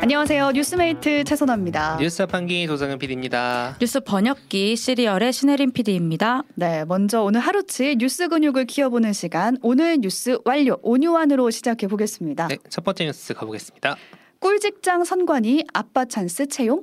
안녕하세요. 뉴스메이트 최선아입니다. 뉴스 한기 도상은 PD입니다. 뉴스 번역기 시리얼의 신혜림 PD입니다. 네, 먼저 오늘 하루치 뉴스 근육을 키워보는 시간 오늘 뉴스 완료 온유환으로 시작해 보겠습니다. 네, 첫 번째 뉴스 가보겠습니다. 꿀직장 선관위 아빠 찬스 채용?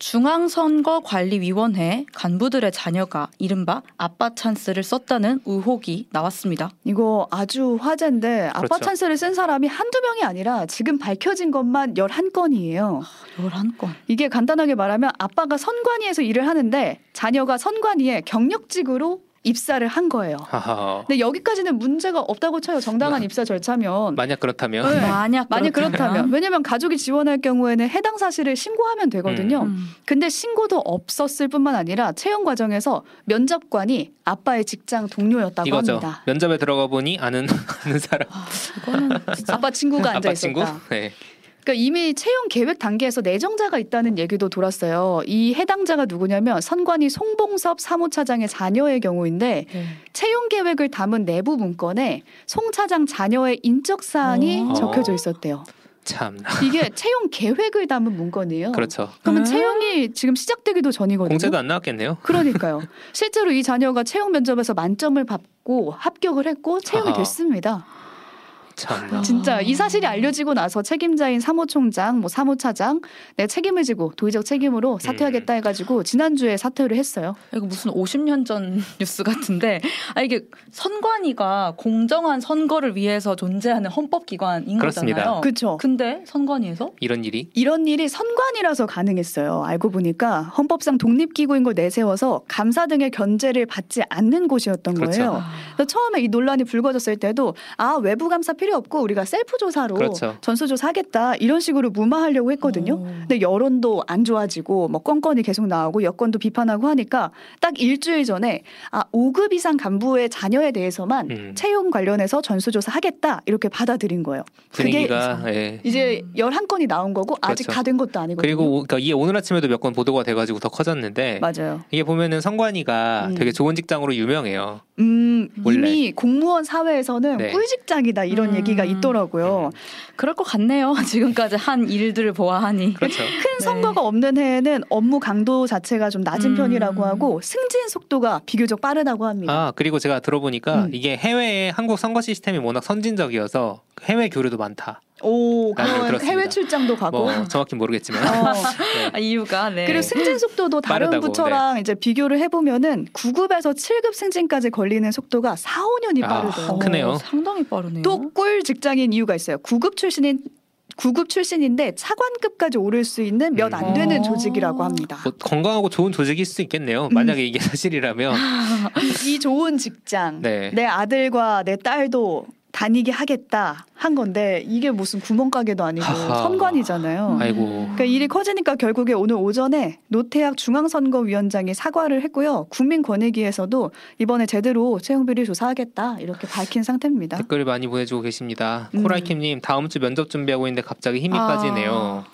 중앙선거관리위원회 간부들의 자녀가 이른바 아빠 찬스를 썼다는 의혹이 나왔습니다. 이거 아주 화제인데 아빠 그렇죠. 찬스를 쓴 사람이 한두 명이 아니라 지금 밝혀진 것만 11건이에요. 11건. 이게 간단하게 말하면 아빠가 선관위에서 일을 하는데 자녀가 선관위에 경력직으로 입사를 한 거예요. 하하. 근데 여기까지는 문제가 없다고 쳐요. 정당한 입사 절차면. 만약 그렇다면 네. 만약 만약 그렇다면 그렇다면. 왜냐면 가족이 지원할 경우에는 해당 사실을 신고하면 되거든요. 음. 근데 신고도 없었을 뿐만 아니라 채용 과정에서 면접관이 아빠의 직장 동료였다고 이거죠. 합니다. 면접에 들어가 보니 아는 아는 사람 와, 이거는 진짜 아빠 친구가 앉아 아빠 친구. 있었다. 네. 그러니까 이미 채용 계획 단계에서 내정자가 있다는 얘기도 돌았어요. 이 해당자가 누구냐면 선관위 송봉섭 사무차장의 자녀의 경우인데 네. 채용 계획을 담은 내부 문건에 송 차장 자녀의 인적 사항이 어. 적혀져 있었대요. 참 이게 채용 계획을 담은 문건이에요. 그렇죠. 그러면 음. 채용이 지금 시작되기도 전이거든요. 공채도 안 나왔겠네요. 그러니까요. 실제로 이 자녀가 채용 면접에서 만점을 받고 합격을 했고 채용이 아하. 됐습니다. 참 진짜 이 사실이 알려지고 나서 책임자인 사무총장, 뭐 사무차장 내 책임을 지고 도의적 음. 책임으로 사퇴하겠다 해가지고 지난주에 사퇴를 했어요. 이거 무슨 50년 전 뉴스 같은데 아 이게 선관위가 공정한 선거를 위해서 존재하는 헌법 기관인 그렇습니다. 거잖아요. 그렇죠. 근데 선관위에서 이런 일이 이런 일이 선관이라서 가능했어요. 알고 보니까 헌법상 독립기구인 걸 내세워서 감사 등의 견제를 받지 않는 곳이었던 그렇죠. 거예요. 그래서 처음에 이 논란이 불거졌을 때도 아 외부 감사 필요 없고 우리가 셀프 조사로 그렇죠. 전수조사 하겠다 이런 식으로 무마하려고 했거든요. 오. 근데 여론도 안 좋아지고 뭐 건건이 계속 나오고 여건도 비판하고 하니까 딱 일주일 전에 아 5급 이상 간부의 자녀에 대해서만 음. 채용 관련해서 전수조사 하겠다 이렇게 받아들인 거예요. 그게 분위기가 예. 이제 11건이 나온 거고 아직 그렇죠. 다 된 것도 아니거든요. 그리고 오- 그러니까 이게 오늘 아침에도 몇 건 보도가 돼가지고 더 커졌는데 맞아요. 이게 보면은 성관이가 음. 되게 좋은 직장으로 유명해요. 음, 원래. 이미 공무원 사회에서는 네. 꿀직장이다 이런 음. 얘기가 있더라고요. 그럴 것 같네요. 지금까지 한 일들을 보아하니. 그렇죠. 큰 선거가 없는 해에는 업무 강도 자체가 좀 낮은 음. 편이라고 하고 승진 속도가 비교적 빠르다고 합니다. 아 그리고 제가 들어보니까 음. 이게 해외에 한국 선거 시스템이 워낙 선진적이어서 해외 교류도 많다. 오, 아, 그런 들었습니다. 해외 출장도 가고. 뭐 정확히 모르겠지만 어, 네. 아, 이유가 네. 그리고 승진 속도도 다른 빠르다고, 네. 부처랑 이제 비교를 해보면은 9급에서 7급 승진까지 걸리는 속도가 4, 5년이 아, 빠르대요. 큰 크네요. 어, 상당히 빠르네요. 또 꿀 직장인 이유가 있어요. 9급 출신인 9급 출신인데 차관급까지 오를 수 있는 몇 안 음. 되는 어. 조직이라고 합니다. 뭐 건강하고 좋은 조직일 수 있겠네요. 만약에 이게 사실이라면 이, 이 좋은 직장 네. 내 아들과 내 딸도 다니게 하겠다 한 건데 이게 무슨 구멍가게도 아니고 하하. 어. 선관이잖아요. 아이고 그러니까 일이 커지니까 결국에 오늘 오전에 노태학 중앙선거위원장이 사과를 했고요. 국민권익위에서도 이번에 제대로 채용 비리 조사하겠다 이렇게 밝힌 상태입니다. 댓글 많이 보내주고 계십니다. 음. 코라이킴님 다음 주 면접 준비하고 있는데 갑자기 힘이 아, 빠지네요.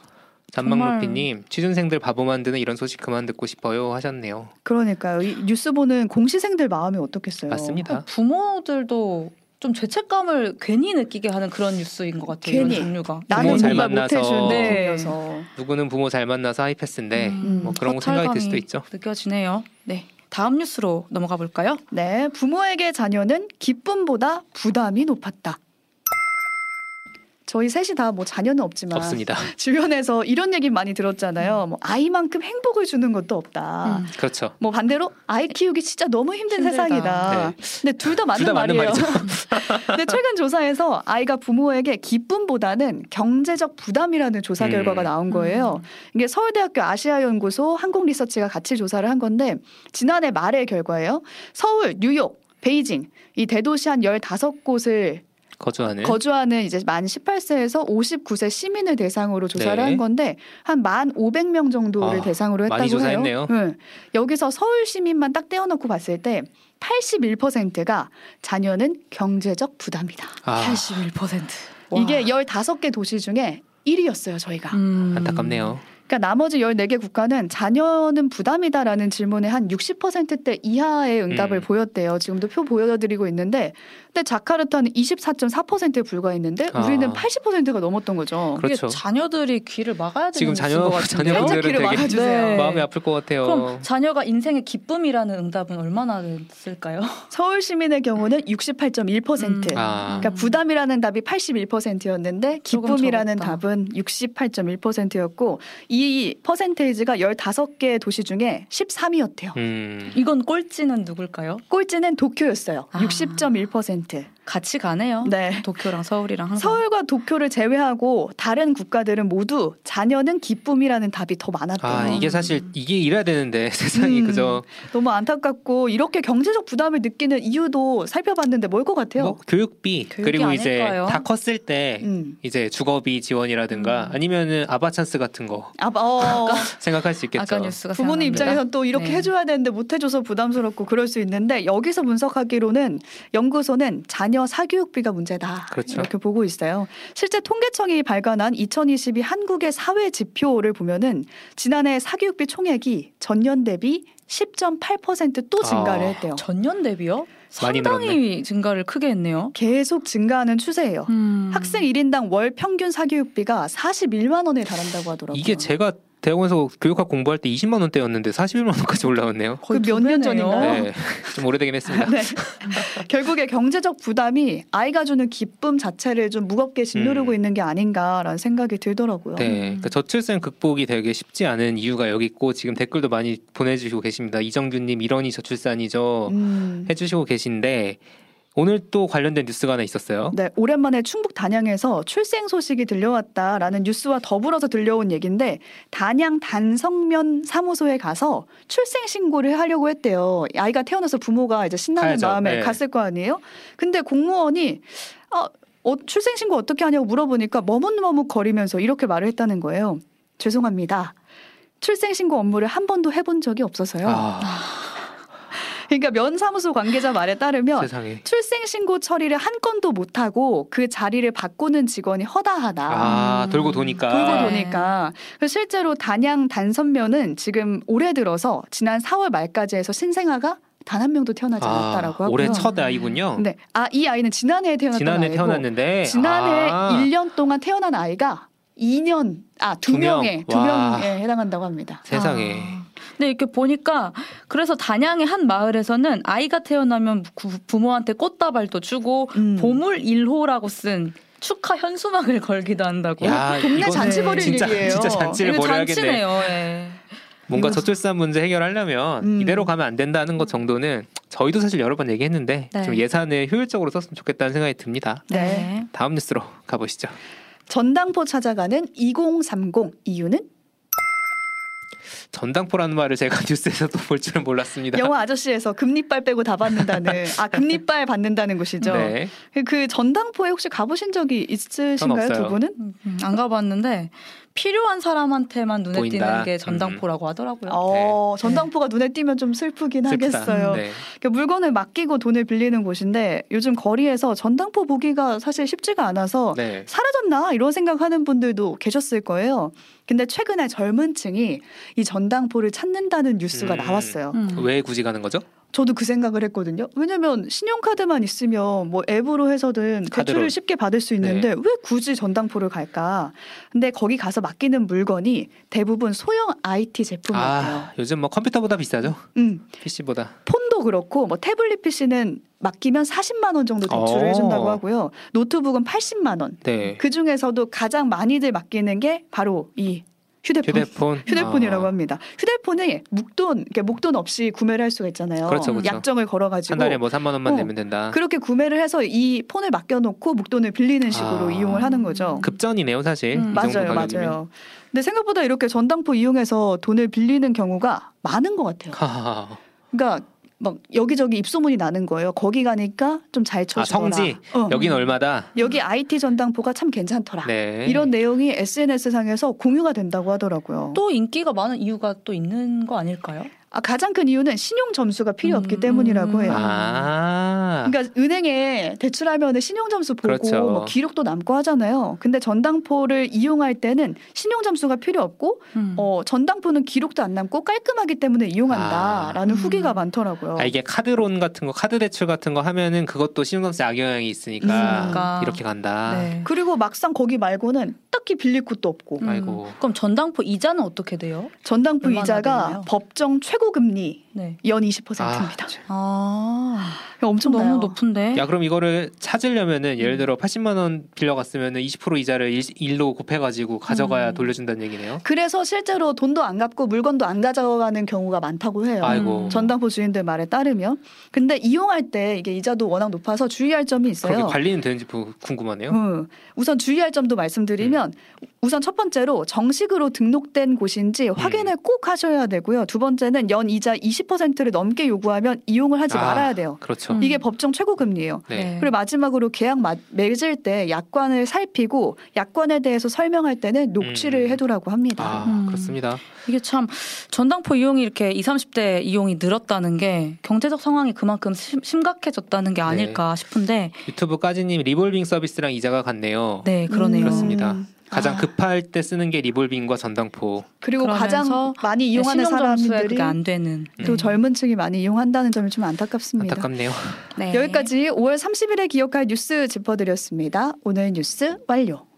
잔망루피님 정말. 취준생들 바보 만드는 이런 소식 그만 듣고 싶어요 하셨네요. 그러니까요. 이 뉴스 보는 공시생들 마음이 어떻겠어요. 맞습니다. 부모들도 좀 죄책감을 괜히 느끼게 하는 그런 뉴스인 것 같아요. 괜히. 이런 종류가. 나는 부모 잘 뭔가 만나서. 못해준 네. 분이어서 누구는 부모 잘 만나서 하이패스인데 음, 뭐 그런 거 생각이 들 수도 허탈감이 있죠. 느껴지네요. 네. 다음 뉴스로 넘어가 볼까요? 네, 부모에게 자녀는 기쁨보다 부담이 높았다. 저희 셋이 다 뭐 자녀는 없지만 없습니다. 주변에서 이런 얘기 많이 들었잖아요. 뭐 아이만큼 행복을 주는 것도 없다. 음. 그렇죠. 뭐 반대로 아이 키우기 진짜 너무 힘든 힘들다. 세상이다. 근데 둘 다 맞는 둘다 맞는 말이에요. 근데 최근 조사에서 아이가 부모에게 기쁨보다는 경제적 부담이라는 조사 음. 결과가 나온 거예요. 이게 서울대학교 아시아연구소 한국리서치가 같이 조사를 한 건데 지난해 말의 결과예요. 서울, 뉴욕, 베이징 이 대도시 한 15곳을 거주하는 거주하는 이제 만 18세에서 59세 시민을 대상으로 조사를 네. 한 건데 한 만 500명 정도를 아, 대상으로 했다고 많이 조사했네요. 해요. 네. 여기서 서울 시민만 딱 떼어놓고 봤을 때 81%가 자녀는 경제적 부담이다. 아 81%. 이게 15개 도시 중에 1위였어요, 저희가. 음. 안타깝네요. 그러니까 나머지 14개 국가는 자녀는 부담이다라는 질문에 한 60%대 이하의 응답을 음. 보였대요. 지금도 표 보여드리고 있는데 그때 자카르타는 24.4%에 불과했는데 우리는 아. 80%가 넘었던 거죠. 이게 그렇죠. 자녀들이 귀를 막아야 되는 지금 자녀- 뉴스인 것 같은데요? 자녀분들은 어. 살짝 귀를 되게 막아주세요. 네. 마음이 아플 것 같아요. 그럼 자녀가 인생의 기쁨이라는 응답은 얼마나 됐을까요? 서울 시민의 경우는 68.1%. 음. 아. 그러니까 부담이라는 답이 81%였는데 조금 기쁨이라는 적었다. 답은 68.1%였고 이 퍼센테이지가 15개 도시 중에 13위였대요. 음. 이건 꼴찌는 누굴까요? 꼴찌는 도쿄였어요. 아. 60.1%. 같이 가네요. 네. 도쿄랑 서울이랑 항상. 서울과 도쿄를 제외하고 다른 국가들은 모두 자녀는 기쁨이라는 답이 더 많았대요. 아 이게 사실 이게 이래야 되는데 세상이 음. 그죠. 너무 안타깝고 이렇게 경제적 부담을 느끼는 이유도 살펴봤는데 뭘 것 같아요? 뭐 교육비 교육이 그리고 이제 아닐까요? 다 컸을 때 음. 이제 주거비 지원이라든가 음. 아니면은 아바 찬스 같은 거 아, 어, 생각할 수 있겠죠. 아까 뉴스가 부모님 생각납니다. 입장에선 또 이렇게 네. 해줘야 되는데 못 해줘서 부담스럽고 그럴 수 있는데 여기서 분석하기로는 연구소는 자녀 사교육비가 문제다 그렇죠. 이렇게 보고 있어요. 실제 통계청이 발간한 2022 한국의 사회 지표를 보면은 지난해 사교육비 총액이 전년 대비 10.8%또 증가를 아. 했대요. 전년 대비요? 많이 상당히 증가를 크게 했네요. 계속 증가하는 추세예요. 음. 학생 1인당 월 평균 사교육비가 41만 원에 달한다고 하더라고요. 이게 제가 대학원에서 교육학 공부할 때 20만 원대였는데 41만 원까지 올라왔네요. 거의 그 두 몇년 배네요. 전인가요? 네, 좀 오래되긴 했습니다. 네. 결국에 경제적 부담이 아이가 주는 기쁨 자체를 좀 무겁게 짓누르고 음. 있는 게 아닌가라는 생각이 들더라고요. 네, 그러니까 저출생 극복이 되게 쉽지 않은 이유가 여기 있고 지금 댓글도 많이 보내주시고 계십니다. 이정균님 이런이 저출산이죠 음. 해주시고 계신데 오늘 또 관련된 뉴스가 하나 있었어요. 네, 오랜만에 충북 단양에서 출생 소식이 들려왔다라는 뉴스와 더불어서 들려온 얘기인데 단양 단성면 사무소에 가서 출생 신고를 하려고 했대요. 아이가 태어나서 부모가 이제 신나는 가야죠. 마음에 네. 갔을 거 아니에요. 근데 공무원이 아, 어, 출생 신고 어떻게 하냐고 물어보니까 머뭇머뭇 거리면서 이렇게 말을 했다는 거예요. 죄송합니다. 출생 신고 업무를 한 번도 해본 적이 없어서요. 아, 그러니까 면 사무소 관계자 말에 따르면 세상에. 출생신고 처리를 한 건도 못하고 그 자리를 바꾸는 직원이 허다하다. 아 음. 돌고 도니까. 돌고 네. 도니까 그래서 실제로 단양 단선면은 지금 올해 들어서 지난 4월 말까지 해서 신생아가 단 한 명도 태어나지 않았다라고 하고요. 아, 올해 첫 아이군요. 네, 아이 아이는 지난해에 태어났던 지난해 아이고 태어났는데 지난해 아, 1년 동안 태어난 아이가 2년 아 두 두 명. 명에 두 와. 명에 해당한다고 합니다. 세상에. 아. 근데 이렇게 보니까 그래서 단양의 한 마을에서는 아이가 태어나면 구- 부모한테 꽃다발도 주고 음. 보물 1호라고 쓴 축하 현수막을 걸기도 한다고. 야, 동네 이건 아, 어, 잔치 벌일 진짜, 일이에요. 진짜 잔치를 이거 벌여야겠네. 잔치네요. 예. 뭔가 저출산 문제 해결하려면 음. 이대로 가면 안 된다는 것 정도는 저희도 사실 여러 번 얘기했는데 네. 좀 예산을 효율적으로 썼으면 좋겠다는 생각이 듭니다. 네. 네. 다음 뉴스로 가보시죠. 전당포 찾아가는 2030 이유는 전당포라는 말을 제가 뉴스에서도 볼 줄은 몰랐습니다. 영화 아저씨에서 금리빨 빼고 다 받는다는 아 금리빨 받는다는 곳이죠. 네. 그 전당포에 혹시 가보신 적이 있으신가요 없어요. 두 분은? 음, 안 가봤는데 필요한 사람한테만 눈에 보인다. 음. 띄는 게 전당포라고 하더라고요. 어 전당포가 눈에 띄면 좀 슬프긴 네. 슬프다. 하겠어요. 네. 그러니까 물건을 맡기고 돈을 빌리는 곳인데 요즘 거리에서 전당포 보기가 사실 쉽지가 않아서 네. 사라졌나 이런 생각하는 분들도 계셨을 거예요. 근데 최근에 젊은층이 이 전당포를 찾는다는 뉴스가 음. 나왔어요. 음. 왜 굳이 가는 거죠? 저도 그 생각을 했거든요. 왜냐면 신용카드만 있으면 뭐 앱으로 해서든 대출을 카드로. 네. 쉽게 받을 수 있는데 왜 굳이 전당포를 갈까? 근데 거기 가서 맡기는 물건이 대부분 소형 IT 제품 같아요. 아, 요즘 뭐 컴퓨터보다 비싸죠? 음, PC보다. 폰도 그렇고 뭐 태블릿 PC는 맡기면 40만 원 정도 대출을 어. 해준다고 하고요. 노트북은 80만 원. 네. 그 중에서도 가장 많이들 맡기는 게 바로 이 휴대폰. 휴대폰. 이라고 아, 합니다. 휴대폰에 목돈, 이렇게 목돈 없이 구매를 할 수가 있잖아요. 그렇죠, 그렇죠. 약정을 걸어가지고 한 달에 뭐 3만 원만 어. 내면 된다. 그렇게 구매를 해서 이 폰을 맡겨놓고 목돈을 빌리는 식으로 아. 이용을 하는 거죠. 급전이네요, 사실. 음, 이 정도 맞아요, 가격이면. 맞아요. 근데 생각보다 이렇게 전당포 이용해서 돈을 빌리는 경우가 많은 것 같아요. 하하하. 그러니까 막 여기저기 입소문이 나는 거예요. 거기 가니까 좀 잘 쳐주라. 아, 성지? 여긴 얼마다? 여기 IT 전당포가 참 괜찮더라. 네. 아, 이런 내용이 SNS 상에서 공유가 된다고 하더라고요. 또 인기가 많은 이유가 또 있는 거 아닐까요? 아, 가장 큰 이유는 신용 점수가 필요 없기 음. 때문이라고 해요. 아. 그러니까 은행에 대출하면 신용 점수 보고 그렇죠. 뭐 기록도 남고 하잖아요. 근데 전당포를 이용할 때는 신용 점수가 필요 없고 음. 어, 전당포는 기록도 안 남고 깔끔하기 때문에 이용한다라는 아. 후기가 음. 많더라고요. 아, 이게 카드론 같은 거, 카드 대출 같은 거 하면은 그것도 신용감세 악영향이 있으니까 음, 그러니까. 이렇게 간다. 네. 그리고 막상 거기 말고는 딱히 빌릴 곳도 없고 음, 아이고. 그럼 전당포 이자는 어떻게 돼요? 전당포 얼마나 이자가 되나요? 법정 최고 금리 네. 연 20%입니다. 그렇죠. 아, 엄청 너무 높은데. 야, 그럼 이거를 찾으려면은 예를 음. 들어 80만 원 빌려갔으면은 20% 이자를 1, 로 곱해가지고 가져가야 음. 돌려준다는 얘기네요. 그래서 실제로 돈도 안 갚고 물건도 안 가져가는 경우가 많다고 해요. 아이고. 음, 전당포 주인들 말에 따르면. 근데 이용할 때 이게 이자도 워낙 높아서 주의할 점이 그렇게 있어요. 관리는 되는지 부- 궁금하네요. 네. 음, 우선 주의할 점도 말씀드리면 우선 첫 번째로 정식으로 등록된 곳인지 확인을 음. 꼭 하셔야 되고요. 두 번째는 연 이자 20%를 넘게 요구하면 이용을 하지 아. 말아야 돼요. 그렇죠. 음. 이게 법정 최고 금리예요. 네. 그리고 마지막으로 계약 마- 맺을 때 약관을 살피고 약관에 대해서 설명할 때는 녹취를 음. 해두라고 합니다. 아, 음. 그렇습니다. 이게 참 전당포 이용이 이렇게 20, 30대 이용이 늘었다는 게 경제적 상황이 그만큼 심, 심각해졌다는 게 아닐까 네. 싶은데 유튜브 까지님 리볼빙 서비스랑 이자가 같네요. 네, 그러네요. 그렇습니다. 음. 가장 아. 급할 때 쓰는 게 리볼빙과 전당포. 그리고 가장 그러면서 많이 이용하는 사람들이 네, 그게 안 되는 음. 또 젊은 층이 많이 이용한다는 점이 좀 음. 안타깝습니다. 안타깝네요. 네. 여기까지 5월 30일에 기억할 뉴스 짚어드렸습니다. 오늘 뉴스 완료.